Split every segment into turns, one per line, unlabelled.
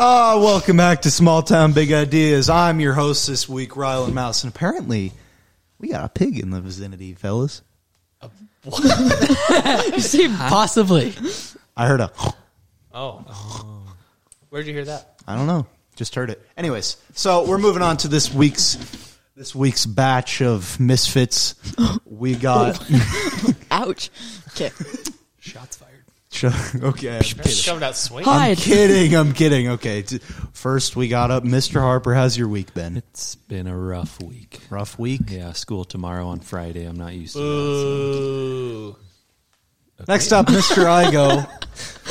Oh, welcome back to Small Town Big Ideas. I'm your host this week, Rylan Mouse, and apparently we got a pig in the vicinity, fellas.
You see, possibly.
I heard a.
Oh. Where'd you hear that?
I don't know. Just heard it. Anyways, so we're moving on to this week's this week's batch of misfits. We got
Ouch. Okay.
Shots fired.
okay. I'm kidding.
Coming out swinging.
Hi,
I'm kidding. I'm kidding. Okay. t- First, we got up. Mr. Harper, how's your week been?
it's been a rough week.
Rough week.
Yeah, school tomorrow on Friday. I'm not used to
Ooh.
Next up, Mr. Igo.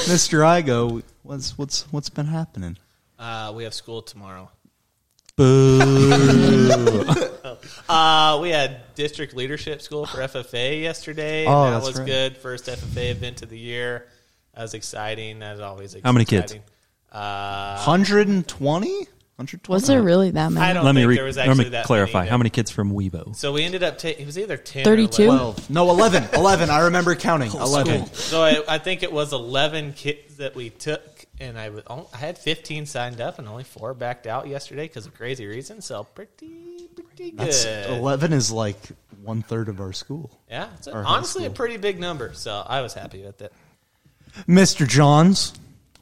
Mr. Igo, what's what's what's been happening?
Uh, we have school tomorrow.
Boo.
Uh, we had district leadership school for FFA yesterday. and
Oh,
that
that's
was
right.
good. First FFA event of the year. That was exciting. As always,
How many kids?
exciting. Uh,
120? 120?
Was there really that
I
many?
don't
Let me,
think
re-
there was
let
actually
me
that
clarify.
many
How many kids from Weibo?
So we ended up taking. It was either ten, or
32?
11.
12. No, 11. 11. I remember counting. 11.
So I, I think it was eleven kids that we took, and I was on- I had fifteen signed up, and only four backed out yesterday because of crazy reasons. So pretty, pretty good.
That's, 11 is like one third of our school.
yeah, it's a-
our high
honestly a
school.
pretty big number. So I was happy with it.
Mr. Johns,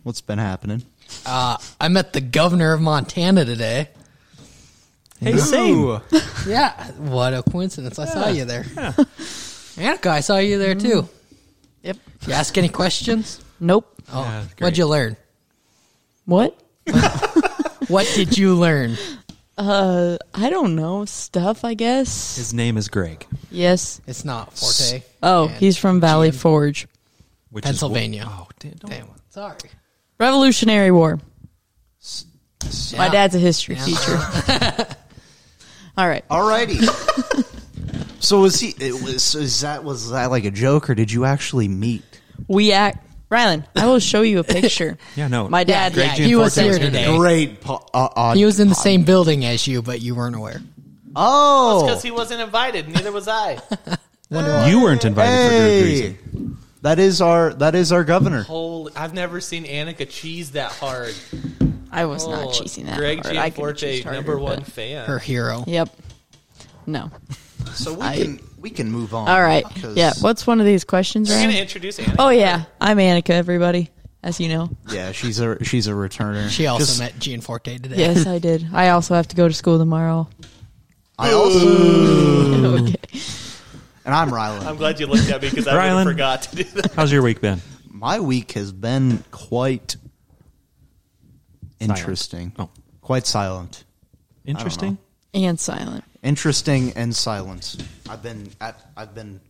what's been happening?
I met the governor of Montana today.
Hey, same.
Ooh.
Yeah, what a coincidence! I saw you there. Annika, I saw you there too.
Yep.
You ask any questions?
Nope.
Oh,
Yeah, great.
what'd you learn?
What?
What did you learn?
Uh, I don't know stuff. I guess.
His name is Greg,
yes.
It's not Forte.
Oh,
And
he's from Valley Forge.
which
Pennsylvania.
Is, oh, damn, don't-
Damn, sorry.
Revolutionary War. My
Yeah.
dad's a history teacher. All right.
Alrighty. so was he? It was, is that was that like a joke, or did you actually meet?
We act. Rylan, I will show you a picture.
Yeah, no.
My
Yeah,
dad.
yeah,
Jean
he was
Forte was
here
here
today.
Great. Po- uh, odd-
He was in the same building as you, but you weren't aware.
Oh,
Because he wasn't invited, neither was I.
You weren't invited for good
hey,
reason.
that is our that is our governor.
Holy, I've never seen Annika cheese that hard.
I was
Oh,
not cheesing that.
Greg
hard. I could've
Gianforte,
cheesed harder,
number one
but-
fan.
Her hero.
Yep. No.
So we
I-
can we can move on.
All right.
Uh, 'cause-
Yeah. What's one of these questions,
Oh, You're gonna
Ryan?
introduce Annika.
Oh yeah, I'm Annika. Everybody, as you know.
Yeah, she's a she's a returner.
She also
Just-
met Jean Forte today.
Yes, I did. I also have to go to school tomorrow.
I also
okay.
and I'm Rylan.
I'm glad you looked at me because I
Rylan.
would've forgot to do that.
How's your week been?
My week has been quite interesting.
Oh.
Quite silent.
Interesting.
And silent.
Interesting and silent. I've been at, I've been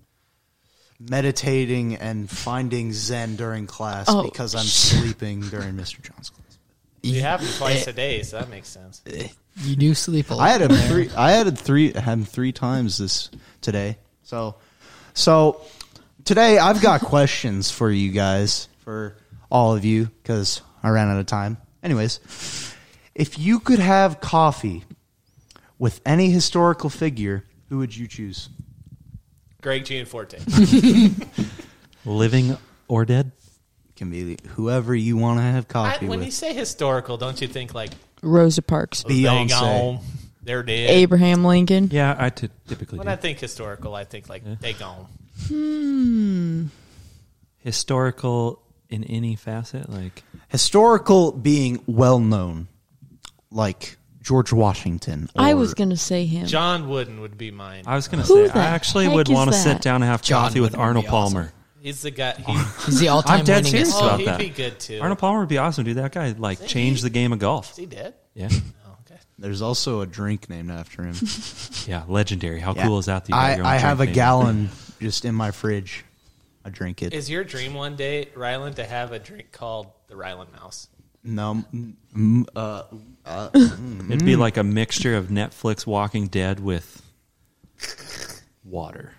meditating and finding zen during class
Oh,
because I'm sleeping during Mr. John's class.
You have to twice a day, so that makes sense.
You do sleep a lot.
I had him
there.
three. I had three. Had him three times this today. So, so today I've got questions for you guys, for all of you, because I ran out of time. Anyways, if you could have coffee with any historical figure, who would you choose?
Greg Gianforte.
Living or dead?
Can be whoever you want to have
I,
coffee
when you
with.
say historical, don't you think like oh,
Rosa Parks.
they
Beyonce.
gone, they're dead?
Abraham Lincoln.
Yeah, I t- typically
When
do.
I think historical, I think like they gone.
Historical in any facet, like
Historical being well known, like George Washington.
I
or-
was gonna say him.
John Wooden would be mine.
I was gonna
Who
say,
the
I actually
heck
would
is
want to sit
that?
down and have
John
coffee with
Wooden would
Arnold
be awesome.
Palmer.
He's the guy. He,
He's the all-time
I'm dead
winningest.
serious
oh,
about
he'd
that.
be good too.
Arnold Palmer would be awesome, dude. That guy like changed the game of golf.
Is he dead?
Yeah,
Oh, okay.
There's also a drink named after him.
yeah, legendary. How
Yeah.
cool is that? that you got
I,
your own
I have a
drink name?
gallon just in my fridge. I drink it.
Is your dream one day, Rylan, to have a drink called the Rylan Mouse?
no, mm, mm, uh,
It'd
Mm.
be like a mixture of Netflix, Walking Dead with water.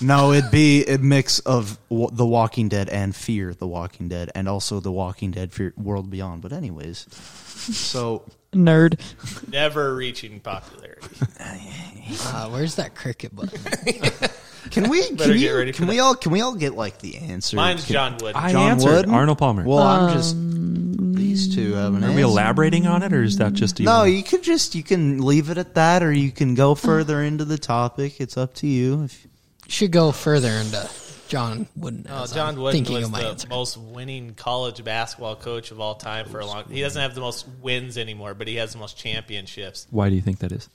no, it'd be a mix of w- The Walking Dead and Fear the Walking Dead, and also The Walking Dead Fear World Beyond. But anyways, so
Nerd.
Never reaching popularity.
Uh, where's that cricket button?
can we can,
Better get
you-
ready for
can we
that.
all can we all get like the answer?
Mine's
Can-
John Wooden.
I
John
answered
Wooden?
Arnold Palmer.
Well, I'm just these two haven't
Are we
answered.
elaborating on it, or is that just you
No,
wanna-
you could just you can leave it at that, or you can
Mm.
go further into the topic. It's up to you. If,
Should go further into John Wooden.
Oh,
as I'm
John Wooden
thinking
was
of my
the
answer.
most winning college basketball coach of all time for a long. He doesn't have the most wins anymore, but he has the most championships.
Why do you think that is?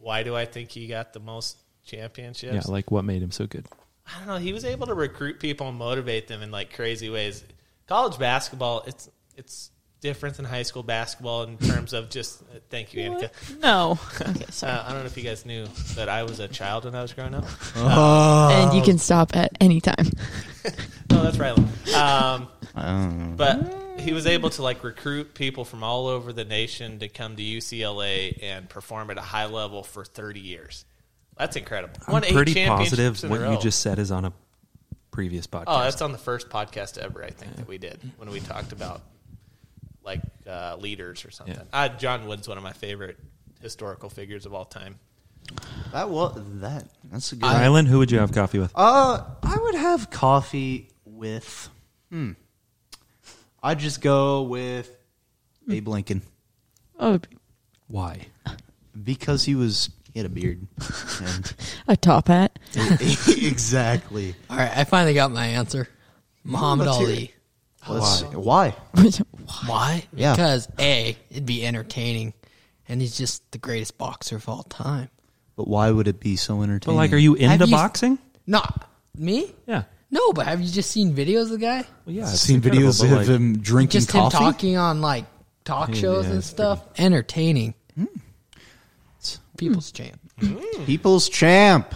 Why do I think he got the most championships?
Yeah, like what made him so good?
I don't know. He was able to recruit people and motivate them in like crazy ways. College basketball, it's it's different than high school basketball in terms of just. uh, Thank you, Annika.
No. Okay, sorry.
Uh, I don't know if you guys knew that I was a child when I was growing up.
Oh.
and you can stop at any time.
No, that's right. Um,
um,
but he was able to like recruit people from all over the nation to come to UCLA and perform at a high level for 30 years. That's incredible.
I'm
Won eight
pretty
championships
positive
in a
what
row.
you just said is on a previous podcast.
Oh, that's on the first podcast ever, I think, that we did when we talked about like uh, leaders or something.
Yeah.
Uh, John Wood's one of my favorite historical figures of all time.
that was that. That's a good.
Rylan, who would you have coffee with?
Uh, I would have coffee with. Hmm. I'd just go with Abe Lincoln
Oh,
Why?
because he was he had a beard. And
a top hat.
exactly.
All right, I finally got my answer. Muhammad
Let's hear
Ali.
Let's- why?
Why?
Yeah.
Because A, it'd be entertaining, and he's just the greatest boxer of all time.
But why would it be so
But
entertaining?
like, are you into
you-
boxing?
Not me?
Yeah.
No, but have you just seen videos of the guy?
Well, yeah.
I've
it's
seen
incredible,
videos
but,
of
like,
him drinking
Just
coffee?
him talking on like talk shows
yeah,
and
it's
stuff. Entertaining. People's champ.
People's champ.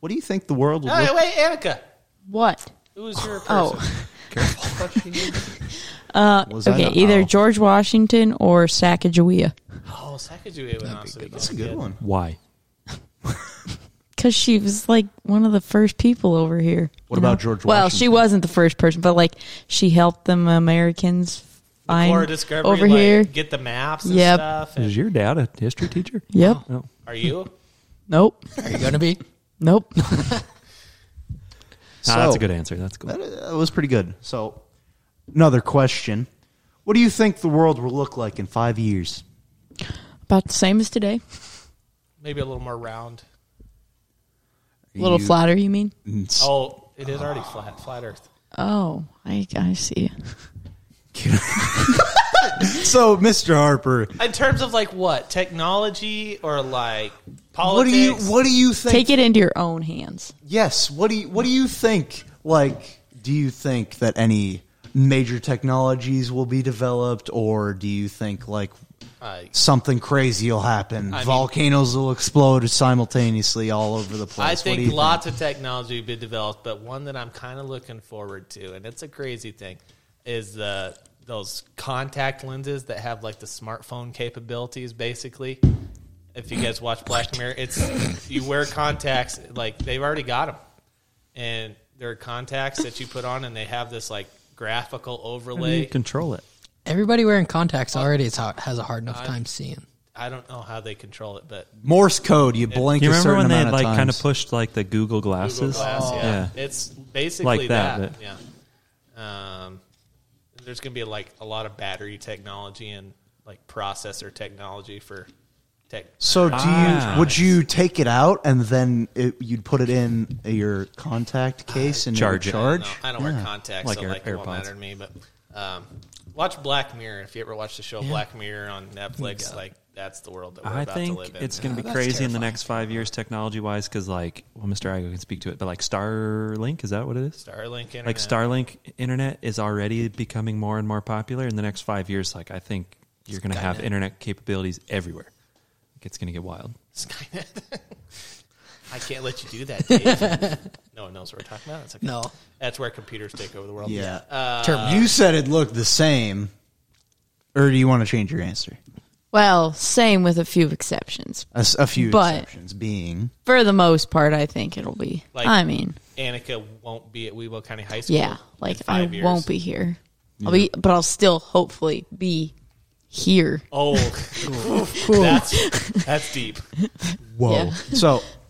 What do you think the world would
Hey,
look
wait, Annika,
What?
who's your person?
Oh,
was I
okay.
not-
Either
oh,
George Washington or Sacagawea.
Oh, Sacagawea went on. so we
That's a
got
good one.
Why?
Because she was like one of the first people over here.
What
you
about George
Well,
Washington?
she wasn't the first person, but like she helped them Americans find
Florida Discovery,
over
like,
here.
get the maps and
Yep.
stuff. and-
Is your dad a history teacher?
Yep.
Oh.
No.
are you?
Nope.
Are you gonna be?
Nope.
Nah, that's
So-
a good answer. That's cool.
That, that was pretty good. So, another question. What do you think the world will look like in five years?
about the same as today.
Maybe a little more round.
A little
You-
flatter, you mean?
Oh, it is already flat, flat Earth.
Oh, I, I see.
So, Mr. Harper,
In terms of like what technology or like
what do
politics?
you what do you think?
Take it into your own hands.
Yes. What do you what do you think? Like, do you think that any major technologies will be developed, or do you think like
Uh,
something crazy will happen?
mean-
Volcanoes will explode simultaneously all over the place.
I
What do
think
you
lots of technology will be developed, but one that I'm kind of looking forward to, and it's a crazy thing, is the those contact lenses that have like the smartphone capabilities. Basically, if you guys watch Black Mirror, it's you wear contacts like they've already got them, and there are contacts that you put on, and they have this like graphical
How do you
overlay.
control it?
Everybody wearing contacts already is hard, has a hard enough time seeing.
I don't know how they control it, but
Morse code. You blink.
Do you
a
remember
certain
when they
amount
had, like kind of
times.
pushed like the Google glasses? Oh.
Google Glass, yeah. It's basically
Like that,
that. Yeah. Um, there's going to be like a lot of battery technology and like processor technology for tech.
So do you
Ah.
would you take it out and then it, you'd put it in your contact case and it would
Uh, Charge it.
charge?
I don't, know. I don't wear contacts,
Like
so
Air-
like it won't
AirPods.
matter to me. But um, watch Black Mirror. If you ever watch the show Black Mirror on Netflix, like that's the world that we're
I
about
think
to live in.
it's going to be
that's
crazy in the
terrifying.
next five years, technology wise, because like, well, Mr. Igo can speak to it, but like Starlink, is that what it is?
Starlink internet.
Like Starlink internet is already becoming more and more popular in the next five years. Like, I think you're going to have
Skynet.
internet capabilities everywhere. Like, It's going to get wild.
Skynet. I can't let you do that. Dave. no one knows what we're talking about. That's okay.
No.
That's where computers take over the world.
Yeah.
Uh,
Term-
you said it looked the same, or do you want to change your answer?
Well, same with a few exceptions.
A, s- a few
But-
exceptions being
For the most part, I think it'll be.
Like-
I mean,
Annika won't be at Weebo County High School.
yeah, like
in
I
five years.
won't be here. I'll be, but I'll still hopefully be here.
Oh, that's that's deep.
whoa.
Yeah.
So,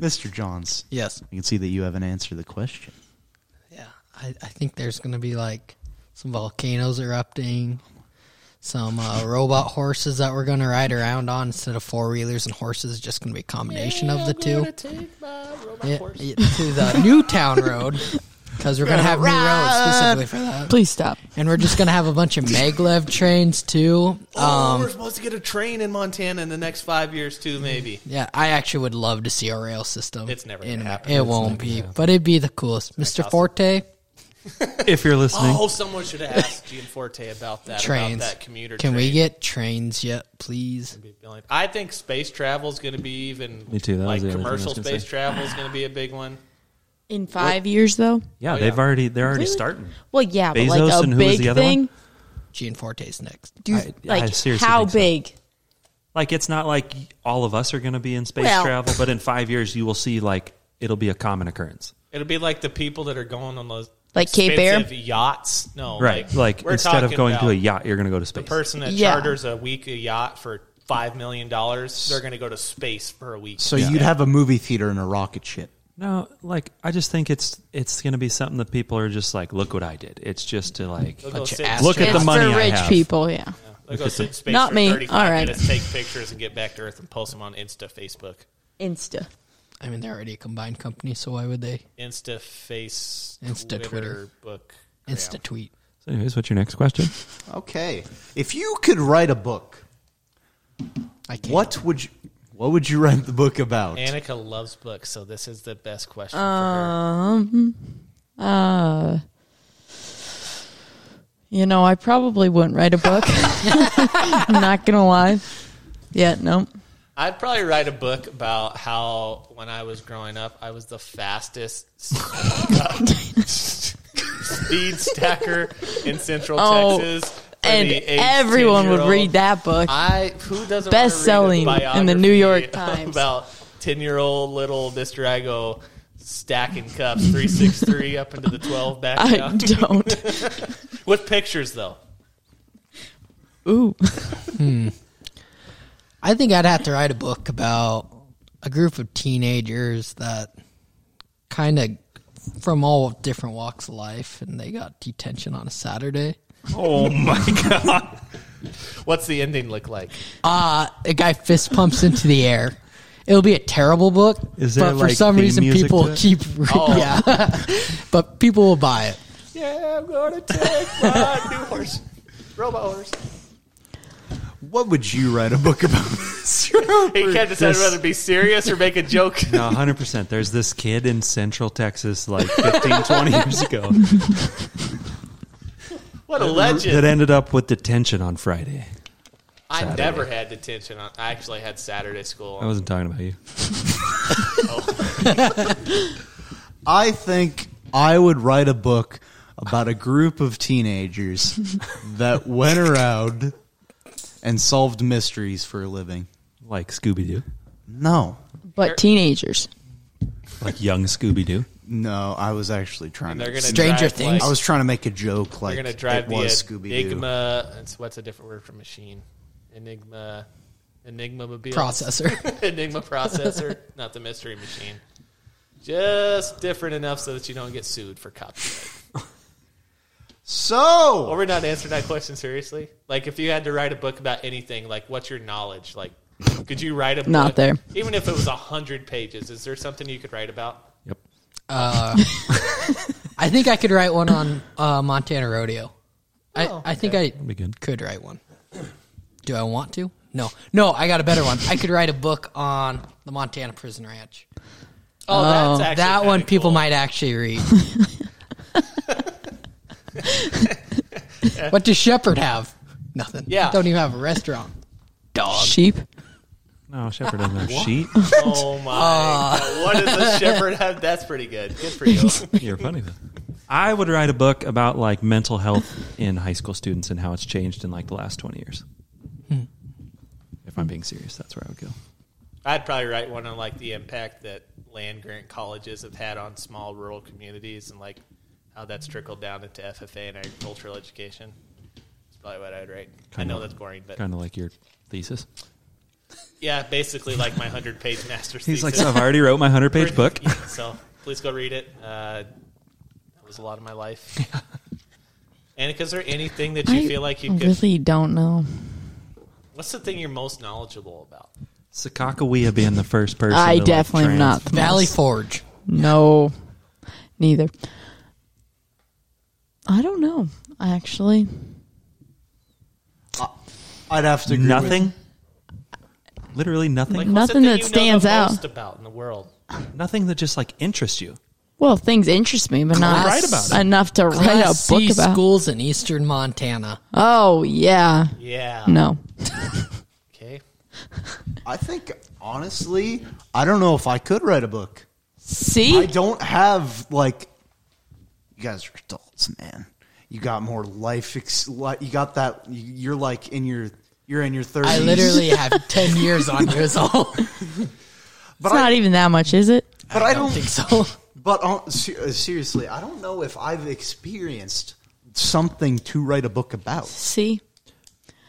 Mr. Johns,
Yes.
I can see that you haven't answered the question.
Yeah. I, I think there's gonna be like some volcanoes erupting, some uh, robot horses that we're going to ride around on instead of four wheelers and horses. It's just going to be a combination of the two. Yeah, yeah, to the Newtown Road because we're going to have new roads specifically for that.
Please stop.
And we're just going to have a bunch of maglev trains too.
Um,
Um,
Oh, we're supposed to get a train in Montana in the next five years too, maybe.
Yeah, I actually would love to see a rail system.
It's never
in
gonna
Ma-
happen.
It won't be, but it'd be the coolest. Mr. Forte,
If you're listening,
Oh, someone should have asked Gianforte about that.
trains.
About that commuter
Can we
train.
get trains yet, please?
I think space travel is going to be even.
Me too, that
like
was the other thing I
commercial
was gonna
space
say.
travel is going to be a big one.
In five years, though.
yeah,
Oh, yeah.
they've already they're already
Really?
starting.
Well, yeah, but
Bezos
like a
and who was
big
the other one?
thing.
Gianforte's next.
Do you,
I- I
like
seriously
how
think so.
big?
Like it's not like all of us are going to be in space
Well-
travel, but in five years you will see like it'll be a common occurrence.
It'll be like the people that are going on those
Like Cape Air?
expensive yachts. No,
Right. Like,
we're
instead of
talking
going to
about
a yacht, you're going to go to space.
the person that
Yeah.
charters a week a yacht for five million dollars, they're going to go to space for a week.
So you'd have a movie theater and a rocket ship.
no, like I just think it's it's going to be something that people are just like, look what I did. It's just to like
They'll go
Bunch of
sit-
ass-
look at
It's
the money
for
I
rich
have.
people. Yeah.
they'll go sit in space
Not
for
me.
35
All right.
minutes, take pictures, and get back to Earth and post them on Insta, Facebook,
Insta.
I mean, they're already a combined company, so why would they
Insta, Face,
Insta,
Twitter,
Twitter.
book,
insta tweet?
So, anyways, what's your next question?
Okay. If you could write a book,
I can't.
what would you what would you write the book about?
Annika loves books, so this is the best question
Uh, you know, I probably wouldn't write a book. I'm not gonna lie. Yeah, no.
for her. I'd probably write a book about how when I was growing up, I was the fastest speed stacker in Central
Oh,
Texas. for
And
the eight,
everyone would
10-year-old.
read that book.
I who doesn't
Best-selling
want to read a
in the New York
biography
Times.
about ten year old little Mister Igo stacking cups three six three up into the twelve back
I
down
don't.
with pictures though.
Ooh.
I think I'd have to write a book about a group of teenagers that kind of from all different walks of life, and they got detention on a Saturday.
Oh my god!
What's the ending look like?
Uh, a guy fist pumps into the air. It'll be a terrible book,
Is there,
but for
like,
some
theme
reason
music
people
to it?
keep.
Oh.
Yeah, but people will buy it.
Yeah, I'm gonna take my new horse, robot horse.
What would you write a book about?
He can't decide
This-
whether to be serious or make a joke.
No, hundred percent. There's this kid in Central Texas, like 15, 20 years ago,
What a
that
legend!
ended up with detention on Friday.
I never had detention on. I actually had Saturday school.
I wasn't talking about you.
I think I would write a book about a group of teenagers that went around and solved mysteries for a living.
Like Scooby Doo,
No.
But teenagers.
like young Scooby Doo.
No, I was actually trying
They're
to
gonna
Stranger
drive,
Things.
I was trying to make a joke like
They're gonna drive
it was
the
Scooby Doo.
Enigma. It's what's a different word for machine? Enigma. Enigma mobile.
Processor.
Enigma processor, not the mystery machine. Just different enough so that you don't get sued for copyright.
So,
Or we're not answering that question seriously. Like, if you had to write a book about anything, like, what's your knowledge? Like, could you write a
Not
book?
there.
Even if it was a hundred pages, is there something you could write about?
Yep.
Uh, I think I could write one on uh, Montana Rodeo. I,
Oh.
I think
be
I
good.
could write one. Do I want to? No. No, I got a better one. I could write a book on the Montana Prison Ranch.
Oh, that's actually
that
kinda
one people
cool.
might actually read. what does Shepard have? Nothing.
Yeah.
Don't even have a restaurant. Dog.
Sheep.
No, Shepard doesn't have a sheet.
Oh my!
Ah.
God. What does a shepherd have? That's pretty good. Good for you.
You're funny though. I would write a book about like mental health in high school students and how it's changed in like the last twenty years. Hmm. If I'm being serious, that's where I would go.
I'd probably write one on like the impact that land grant colleges have had on small rural communities and like how that's trickled down into FFA and agricultural education. That's probably what I'd write. I
Kinda-
know that's boring, but
Kind of like your thesis.
yeah, basically like my hundred page master's
He's
thesis.
like, so I've already wrote my hundred page book.
Yeah, so please go read it. Uh, that was a lot of my life. Annika, is there anything that you
I
feel like you could?
really don't know.
What's the thing you're most knowledgeable about?
Sakakawea being the first person.
I
to, like,
definitely am not
trans-
the
Valley
most-
Forge.
No, neither. I don't know. Actually,
I'd have to agree
Nothing. Literally nothing.
Like, what's the thing
Nothing that
you know the
stands out.
Most about in the world.
nothing that just like interests you.
well, things interest me, but not
Write about it.
enough to write a
Class
book
C
about.
schools in eastern Montana.
Oh yeah,
Yeah.
no.
Okay.
With. I think honestly, I don't know if I could write a book. I
See,
don't have like you guys are adults, man. You got more life. Ex- li- you got that. you- You're like in your you're in your thirties.
I literally have ten years on you, so I
but
it's not even that much, is it?
but I
don't
don't.
think so.
But on, se- uh, seriously, I don't know if I've experienced something to write a book about.
See,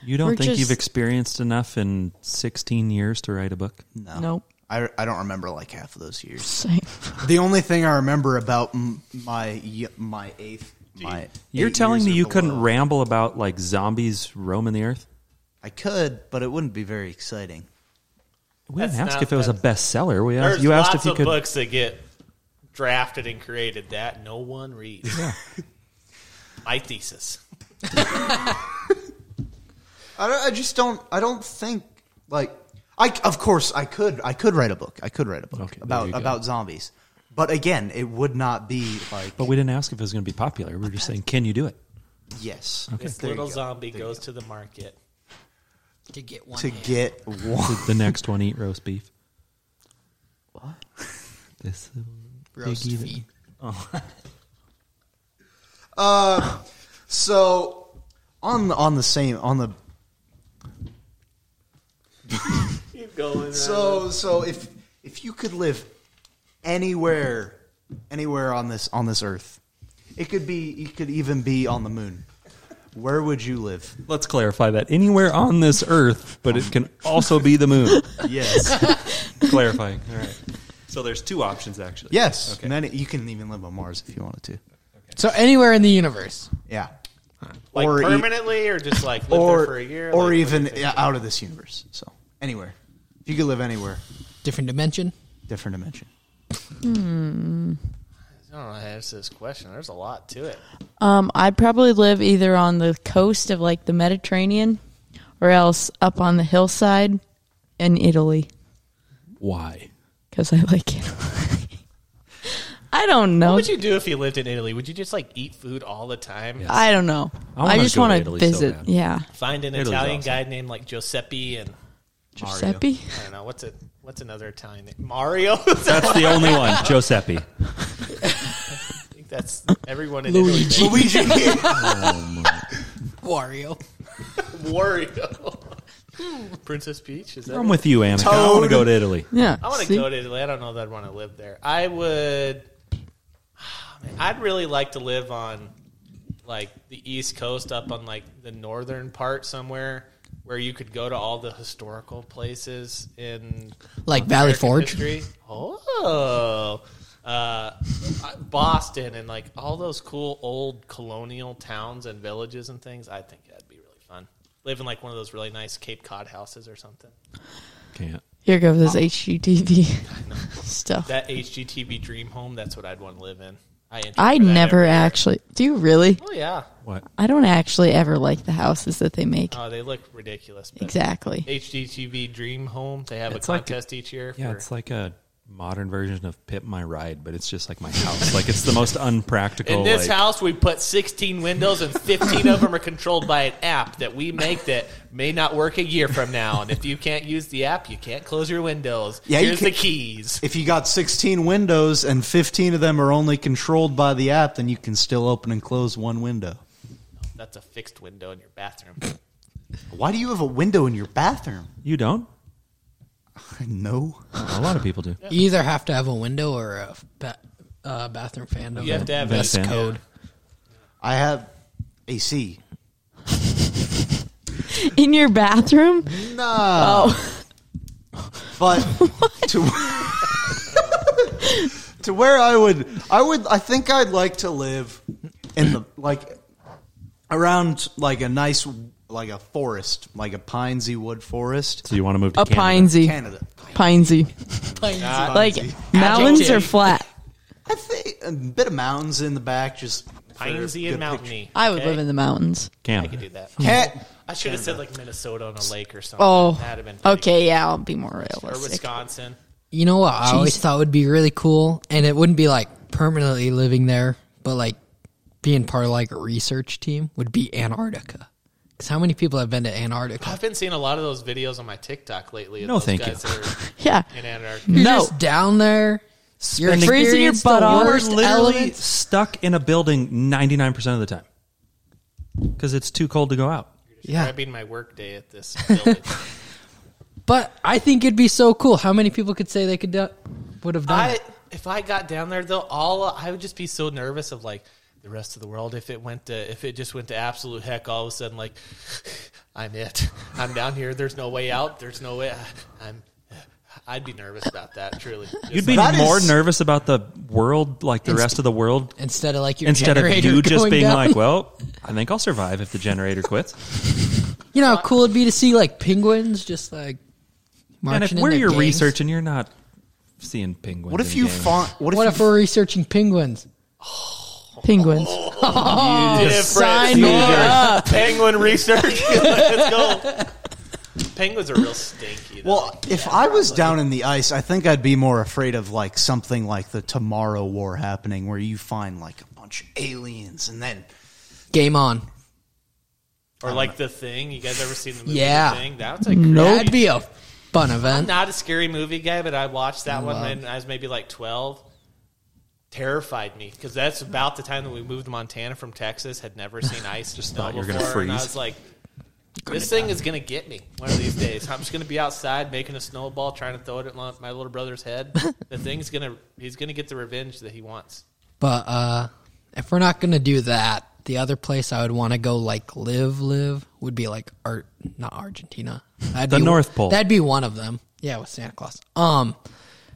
You don't
We're
think you've
just-
experienced enough in 16 years to write a book?
No,
Nope.
I, I don't remember like half of those years.
Same.
The only thing I remember about m- my y- my eighth my
You're
eight
telling
years
me
or
you couldn't
below,
ramble about like zombies roaming the earth?
I could, but it wouldn't be very exciting.
We
That's
didn't ask
not-
if it was a bestseller. We asked,
There's
you asked
lots
if you
of
could.
books that get drafted and created that no one reads. My thesis.
I, don't- I just don't. I don't think like I. Of course, I could. I could write a book. I could write a book
Okay, there
about
you go.
about zombies. But again, it would not be like
But we didn't ask if it was going to be popular. We were just saying, can you do it?
yes
This
There you
little
go.
zombie goes to the market.
To get one
to get one.
The next one, eat roast beef. What? This.
roast
Big
feet.
Oh.
Uh, So on the, on the same on the
Keep going.
So so if if you could live anywhere anywhere on this on this earth, it could be you could even be on the moon. Where would you live?
Let's clarify that. Anywhere on this earth, but it can also be the moon.
Yes.
Clarifying. All right. So there's two options actually.
yes. And then you can even live on Mars if you wanted to.
So anywhere in the universe.
Yeah.
like
or e-
permanently, or just like live
or
there for a year,
or
Like,
even yeah, out of this universe. So anywhere. If you could live anywhere,
Different dimension.
different dimension.
I don't know how to answer this question. There's a lot to it.
Um, I'd probably live either on the coast of like the Mediterranean, or else up on the hillside in Italy
Why?
because I like Italy. I don't know.
What would you do if you lived in Italy? Would you just like eat food all the time?
I don't know.
I
I,
wanna
just
go to
want to
Italy so
visit.
bad.
yeah,
Find an
Italy's
Italian
awesome.
guy named like Giuseppe and
Giuseppe.
I don't know what's it. What's another Italian name? Mario. I
That's the only one. Giuseppe.
think that's everyone in Italy. named
Luigi
Wario.
Wario. Princess Peach. Is that?
I'm
it?
with you, Annika. I want
Toad.
to go to Italy.
Yeah.
I want to
see?
go to Italy. I don't know that I'd want to live there. I would. ah, Man, I'd really like to live on like the East Coast, up on like the northern part somewhere where you could go to all the historical places in
Like Valley
American
Forge.
history. Oh, uh, Boston and like all those cool old colonial towns and villages and things. I think that'd be really fun. Live in like one of those really nice Cape Cod houses or something.
Can't.
Here goes this HGTV stuff.
That HGTV dream home, that's what I'd want to live in. I, interview
I
for that
never
every year.
actually. Do you really?
Oh, yeah.
What?
I don't actually ever like the houses that they make.
Oh, they look ridiculous. But
exactly.
HGTV dream home, they have
It's
a
like-
contest each year.
Yeah,
for-
it's like a modern version of Pip My Ride, but it's just like my house. like it's the most unpractical.
in this
Oh, like,
house, we put 16 windows, and 15 of them are controlled by an app that we make that may not work a year from now. And if you can't use the app, you can't close your windows.
Yeah, you
Here's
can-
the keys.
If you got 16 windows and 15 of them are only controlled by the app, then you can still open and close one window.
That's a fixed window in your bathroom.
Why do you have a window in your bathroom?
You don't?
No.
A lot of people do.
You either have to have a window or a ba- uh, bathroom fan.
You have to have
Vest
a-
fan.
code.
I have AC.
In your bathroom?
No.
Oh,
But to to where I would I would I think I'd like to live in the like around like a nice like a forest, like a pinesy wood forest.
So you want to move to
A
Canada.
pinesy.
Canada.
Pinesy.
Ah,
Like uh,
Pinesy.
mountains
Adjective.
are flat.
I think a bit of mountains in the back, just
Pinesy and mountainy.
I would
okay?
live in the mountains.
I could
Canada.
do that.
Cat.
I should have said like Minnesota on a lake or something.
Oh,
That'd have been pretty
okay. Yeah, I'll be more
good. Or
realistic.
Wisconsin.
You know what I always thought would be really cool, and it wouldn't be like permanently living there, but like being part of like a research team would be Antarctica. Because how many people have been to Antarctica?
I've been seeing a lot of those videos on my TikTok lately. of
No,
those
thank
guys
you.
that
Yeah.
are in Antarctica.
You're
No.
just down there. You're
Spending-
Freezing your
experiencing
butt
the
off.
We're
worst
literally
elements.
stuck in a building ninety nine percent of the time because it's too cold to go out.
Yeah,
Grabbing my work day at this building.
but I think it'd be so cool. How many people could say they could do- would have done
I
it?
if I got down there though, all I would just be so nervous of like the rest of the world if it went to if it just went to absolute heck all of a sudden like I'm it. I'm down here. There's no way out. There's no way. I, am I'd be nervous about that. Truly, Just
You'd be
That is-
more nervous about the world, like the rest of the world,
Instead of like your
instead of
generator
you just
going
being
down.
like, "Well, I think I'll survive if the generator quits."
you know, how cool it'd be to see like penguins just like marching
and if
in
we're
their
your
gangs.
research and you're not seeing penguins,
What if
in
you
gangs?
find? What if
What
you
if we're researching penguins?
Penguins.
different.
sign me up.
Penguin research. Let's go. Penguins are real stinky. Though.
Well, if I was down in the ice, I think I'd be more afraid of like something like the Tomorrow War happening, where you find like a bunch of aliens and then
Game on.
or like the thing. You guys ever seen the movie
Yeah.
The Thing? That was like
That'd be a fun event.
not a scary movie guy, but I watched that one when I was maybe like twelve. Terrified me because that's about the time that we moved to Montana from Texas. Had never seen ice or snow
thought you were
before,
gonna
and I
freeze.
was like, "This thing is gonna get me one of these days. I'm just gonna be outside making a snowball, trying to throw it at my my little brother's head. The thing's gonna he's gonna get the revenge that he wants."
But uh, if we're not gonna do that, the other place I would want to go, like live, live, would be like art, not Argentina. That'd
The
be,
North Pole.
That'd be one of them. Yeah, with Santa Claus. Um,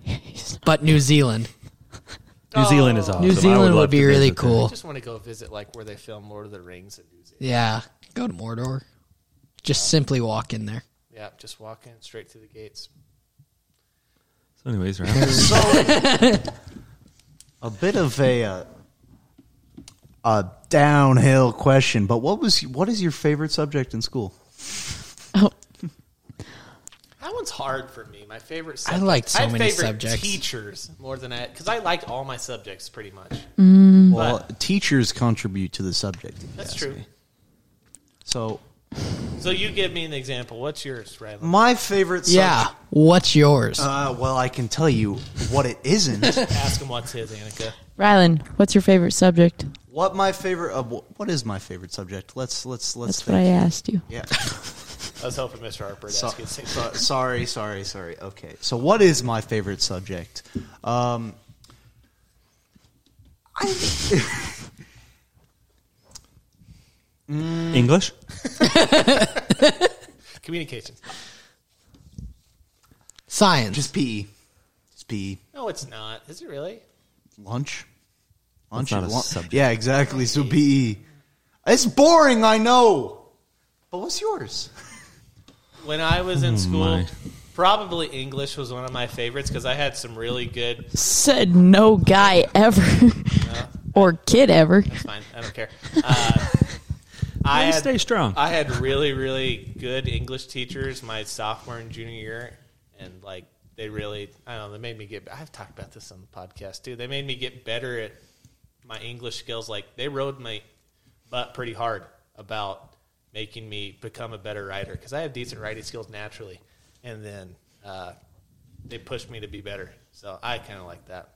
but New Zealand.
New Zealand is awesome.
New
I would
Zealand
love
would be
to
really
visit there.
cool.
I just want to go visit like where they film Lord of the Rings and New Zealand.
Yeah, go to Mordor. Just simply walk in there.
Yeah, just walk in straight through the gates.
So, anyways, right?
a bit of a uh, a downhill question. But what was what is your favorite subject in school?
Oh,
That one's hard for me. My favorite.
I
Subject.
liked so
had
many
favorite
subjects.
Teachers more than I because I liked all my subjects pretty much.
Well, teachers contribute to the subject. if you
Mm. That's
ask
true.
me. So
So you give me an example. What's yours, Riley?
my favorite. Subject,
Yeah. What's yours?
Uh, well, I can tell you what it isn't.
Ask him what's his, Annika.
Rylan, what's your favorite subject?
what my favorite? Uh, wh- what is my favorite subject? Let's let's let's.
That's what I asked you.
Yeah.
I was hoping Mr. Harper would
So-
ask you the same
so-
thing.
sorry, sorry, sorry. Okay. So, what is my favorite subject? Um,
English.
Communications.
Science.
just PE. Just E. PE.
No, it's not. Is it really?
Lunch. Lunch.
not
is
a
lun-
subject.
Yeah, exactly. So PE. It's boring, I know. But what's yours?
When I was
Oh,
in school,
my.
probably English was one of my favorites because I had some really good
Said no guy ever or kid ever.
It's fine. I don't care. Uh, I
Really
had,
stay strong.
I had really, really good English teachers my sophomore and junior year, and like they really, I don't know, they made me get. I've talked about this on the podcast too. They made me get better at my English skills. Like they rode my butt pretty hard about making me become a better writer because I have decent writing skills naturally, and then uh, they pushed me to be better. So I kind of like that.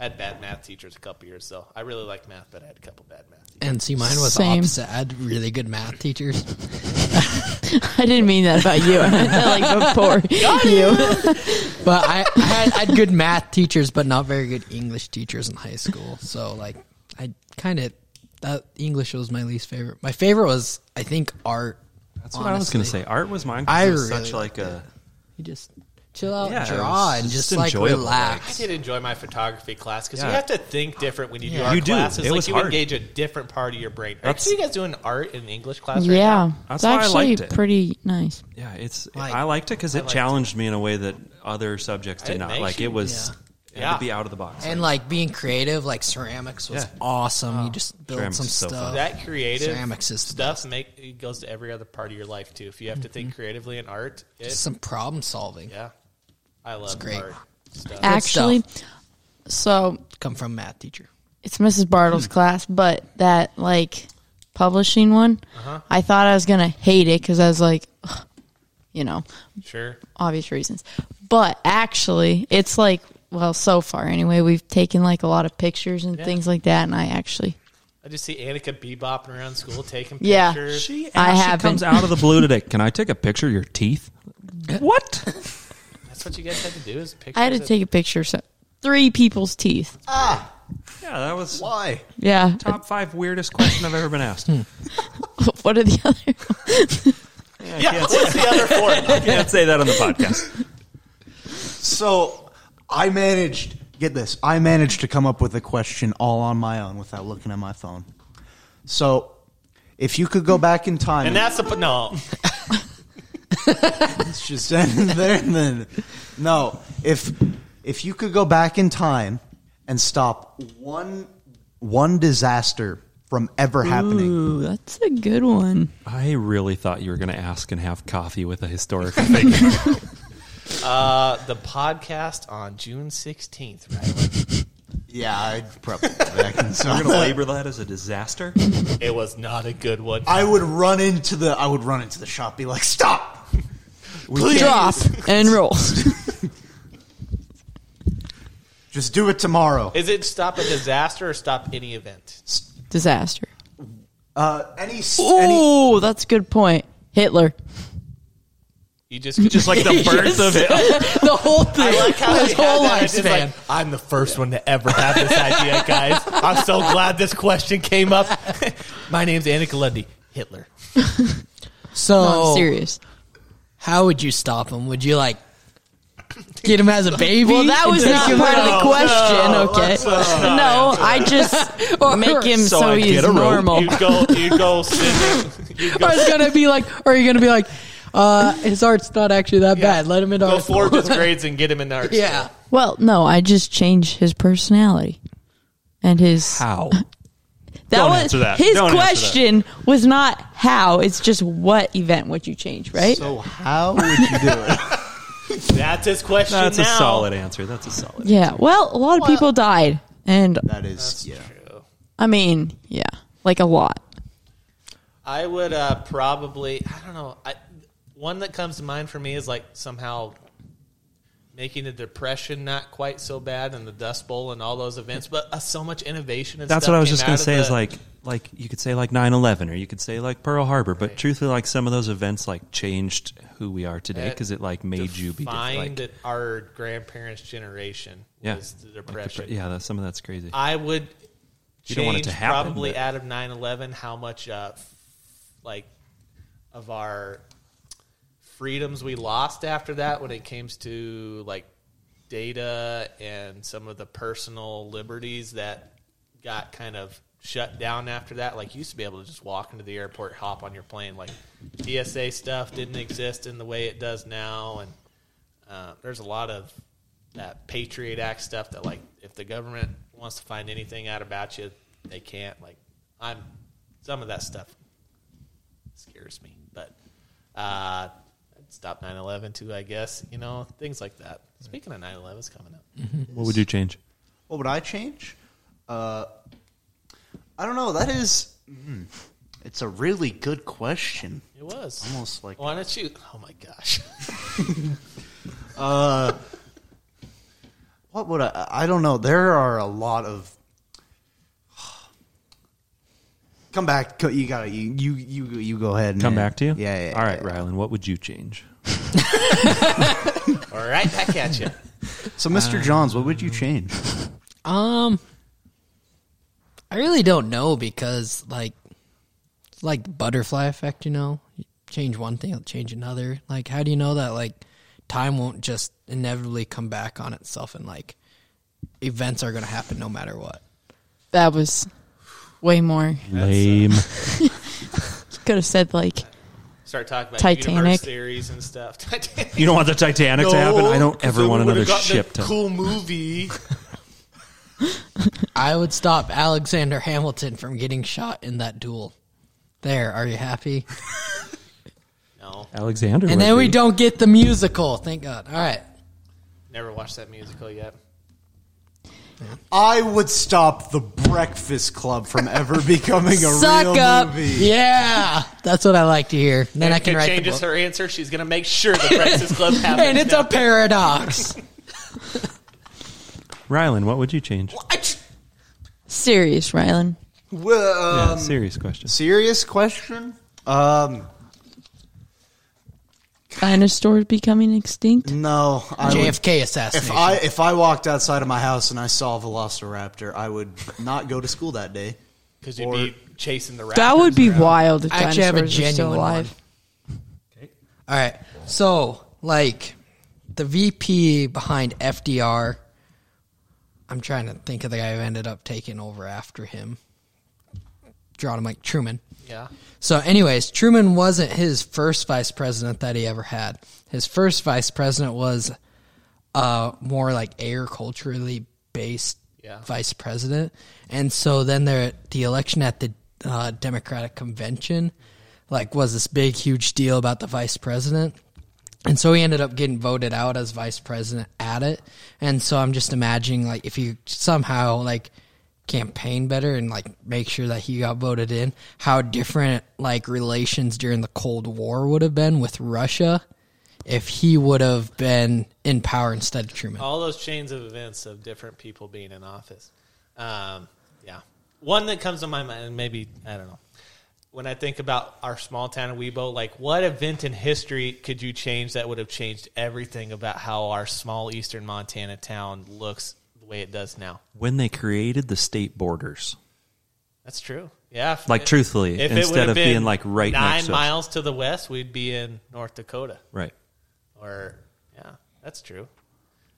I had bad math teachers a couple years, so I really like math, but I had a couple bad math. Teachers.
and see, mine was
Same.
opposite. I had really good math teachers.
I didn't mean that about you. I meant that like before you.
but I, I, had, I had good math teachers, but not very good English teachers in high school. So like, I kind of that English was my least favorite. My favorite was I think art.
That's what I was going to say. Art was mine. 'cause
I
it was
really
such like a
You just chill out,
Yeah,
and draw,
it's
and just,
just
like
enjoyable,
I
relax.
did enjoy my photography class because
Yeah.
you have to think different when you do
Yeah.
art
You do.
class. It's
It
like
was
you
hard.
engage a different part of your brain. Are
That's-
you guys doing art in English class right now?
yeah,
That's
it's
why I
actually
liked it.
pretty nice.
Yeah, it's
Like-
I liked it because it
liked
challenged me in a way that other subjects
It
did not.
makes
Like
you-
it was
Yeah.
it had
Yeah.
to be out of the box.
And like being creative, like ceramics was
Yeah.
awesome. you just build
Ceramics
some
is so
stuff.
fun.
that creative
Ceramics is the
stuff make it goes to every other part of your life too. If you have to think
Mm-hmm.
creatively in art, it,
some problem solving.
yeah, I love
great.
art stuff.
Actually, so
Come from math teacher.
it's Mrs.
Hmm.
Bartle's class, but that like publishing one,
Uh-huh.
I thought I was gonna hate it because I was like, ugh, you know,
Sure,
obvious reasons. But actually, it's like, well, so far anyway, we've taken like a lot of pictures and things like that, and I actually,
I just see Annika bebopping around school taking
Yeah.
pictures.
she
I
Ashley
haven't.
comes out of the blue today. Can I take a picture of your teeth? What?
That's what you guys had to do is pictures.
I had to
of-
take a picture. of So three people's teeth.
yeah, that was
Why?
Yeah.
top five weirdest question I've ever been asked.
What are the other?
Yeah, what's the other four?
Can't say that on the podcast.
So I managed. Get this. I managed to come up with a question all on my own without looking at my phone. So, if you could go back in time,
And that's the p- no.
Let's just end it there and then. No, if if you could go back in time and stop one one disaster from ever happening,
Ooh, that's a good one.
I really thought you were going to ask and have coffee with a historical figure.
Uh, the podcast on June sixteenth, right?
yeah, I'd probably go back and
We're
stop.
going to labor that as a disaster.
It was not a good one.
I would run into the I would run into the shop, be like, stop.
Please.
Drop and roll.
Just do it tomorrow.
Is it stop a disaster or stop any event?
Disaster.
Uh, any s- any
Ooh, that's a good point. Hitler.
You just just like
The birth of it.
the whole thing.
I like how they
his
had
whole
that. It's just
lifespan.
like, I'm the first one to ever have this idea, guys. I'm so glad this question came up. My name's Annika Lundy. Hitler.
So
No, I'm
Oh.
serious.
How would you stop him? Would you like get him as a baby?
Well, that
and
was
take
not
him
part
out?
of the question.
Oh,
okay. No, I just make him so,
uh, So I
he's
get a rope.
normal.
You go. You go. Sit, you
Or
go.
it's gonna be like, or are you gonna be like, uh, his art's not actually that bad. Let him in
Go
art
forge
school.
his grades and get him in art.
Yeah,
Well, no, I just changed his personality and his.
How?
That
Don't
was
answer that.
his
Don't answer that.
question was not how. It's just what event would you change, right?
So how would you do it?
That's his question.
That's a
now.
solid answer. That's a solid.
yeah. Well, a lot of people died, and
That is yeah.
I mean, yeah, like a lot.
I would uh, probably. I don't know. I, one that comes to mind for me is like somehow making the depression not quite so bad and the Dust Bowl and all those events, but uh, so much innovation. And
That's
stuff
what I was
came
just
out
going to
of
say is
the-
like like you could say like 9/11 or you could say like Pearl Harbor, but truthfully like some of those events like changed who we are today
That
because it like made you be different.
defined
Like,
that our grandparents' generation
yeah.
was the
Like
depression.
depre- yeah, that's, some of that's crazy.
I would
You
change
don't want it to happen,
probably
but-
out of 9-11 how much uh, f- like of our freedoms we lost after that when it comes to like data and some of the personal liberties that got kind of shut down after that like you used to be able to just walk into the airport hop on your plane like TSA stuff didn't exist in the way it does now and uh, there's a lot of that Patriot Act stuff that like if the government wants to find anything out about you, they can't. Like I'm some of that stuff scares me, but uh, I'd stop 9/11 too, I guess. You know things like that. Speaking of 9/11, it's coming up.
what would you change?
What would I change? Uh, I don't know. That is, mm, it's a really good question.
It was
Almost like-
why don't you? Oh my gosh,
What would I? I don't know. There are a lot of. Come back. co- You got to you, you you you go ahead. And
Come back to you?
Yeah. yeah
All right,
yeah.
Rylan, what would you change?
all right, back at you.
So, Mr. Johns, what would you change?
Um, I really don't know because like, it's like the butterfly effect, you know, you change one thing, it'll change another. Like, how do you know that like time won't just inevitably come back on itself and like events are going to happen no matter what.
That was way more.
Lame.
Could have said like
Start talking about
Titanic.
universe theories and stuff. Titanic.
you don't want the Titanic to happen. I don't ever want another ship to.
Cool movie.
I would stop Alexander Hamilton from getting shot in that duel. There, are you happy?
no,
Alexander.
And
would
then we
be.
don't get the musical. Thank God. All right.
never watched that musical yet.
I would stop the Breakfast Club from ever becoming a
Suck
real
up.
movie.
Yeah, that's what I like to hear. Then I
If
can
it
write the
changes
book.
her answer. She's gonna make sure the Breakfast Club happens.
And it's a paradox.
Rylan, what would you change?
Um,
serious, Rylan.
Well, um,
yeah, serious question.
serious question. Um,
Dinosaurs becoming extinct.
no, I would
JFK
If
assassination.
I if I walked outside of my house and I saw a Velociraptor, I would not go to school that day.
because you'd be chasing the raptors.
That would be wild if
I actually have a
dinosaurs were still
genuine
alive.
All right. So, like, the VP behind FDR, I'm trying to think of the guy who ended up taking over after him. John Mike Truman.
yeah.
So, anyways, Truman wasn't his first vice president that he ever had. His first vice president was uh, more like agriculturally based
Yeah.
vice president. And so then there, the election at the uh, Democratic convention, like, was this big, huge deal about the vice president. And so he ended up getting voted out as vice president at it. And so I'm just imagining, like, if you somehow, like, campaign better and like make sure that he got voted in how different like relations during the cold war would have been with russia if he would have been in power instead of truman
all those chains of events of different people being in office. Um, yeah, one that comes to my mind, and maybe I don't know. When I think about our small town of Weibo, like what event in history could you change that would have changed everything about how our small eastern Montana town looks the way it does now?
When they created the state borders,
That's true. Yeah, if-
Like, truthfully,
it would
instead
have
of being,
been
like, right
nine
next to us.
miles to the west, we'd be in North Dakota.
right?
Or yeah, that's true.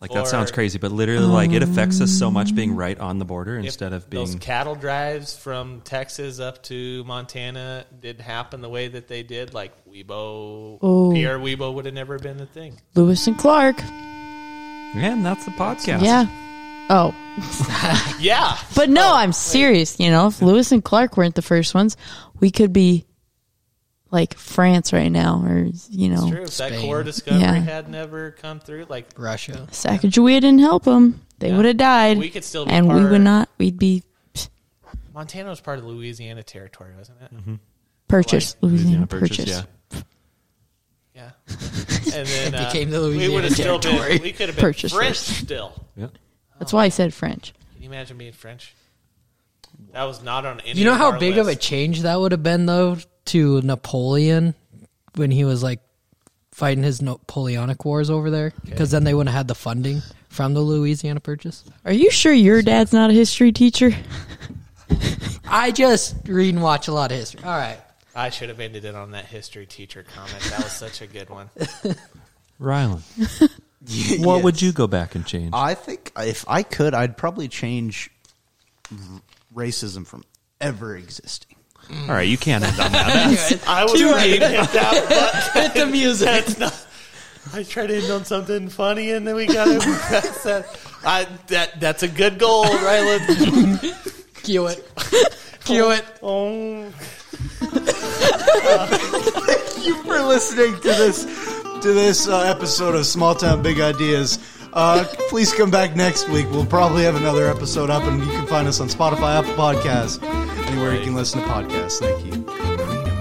Like that sounds
Or-
crazy, but literally, like it affects us so much being right on the border
If
instead of
those
being.
cattle drives from Texas up to Montana did happen the way that they did, like Weibo,
Oh.
Pierre Weibo would have never been a thing.
Lewis and Clark.
Man, that's the podcast.
Yeah. Oh,
Yeah,
but
Oh,
no, I'm serious. You know, if Lewis and Clark weren't the first ones, we could be like France right now, or you know,
true. If that
Spain.
core discovery
Yeah.
had never come through, like
russia
Sacagawea didn't help them. They
Yeah.
would have died.
We could still be
and we
part-
would not. We'd be psh,
Montana was part of Louisiana territory, wasn't it?
purchased.
Louisiana
Louisiana purchased.
purchase, yeah.
Yeah. And then uh,
became the
we would
Louisiana
have still
territory.
been. We could have been
Purchased
French
first.
still.
Yeah.
That's why I said French.
Can you imagine being French? That was not on any.
you know
of
how
our
big of a
lists.
change that would have been though to napoleon when he was like fighting his napoleonic wars over there because then they wouldn't have had the funding from the louisiana purchase
Are you sure your dad's not a history teacher?
i just read and watch a lot of history all right
I should have ended it on that history teacher comment. That was such a good one.
Rylan,
Yeah,
what
yeah.
would you go back and change?
I think if I could, I'd probably change r- racism from ever existing.
All right, you can't end on that.
I was ready to hit that
hit the music
I tried to end on something funny, and then we got it. That's that. I, that that's a good goal, right? Let's,
cue it cue it
oh,
Thank you for listening to this to this uh, episode of Small Town Big Ideas. Uh, please come back next week. We'll probably have another episode up, and you can find us on Spotify, Apple Podcasts, anywhere you can listen to podcasts. Thank you.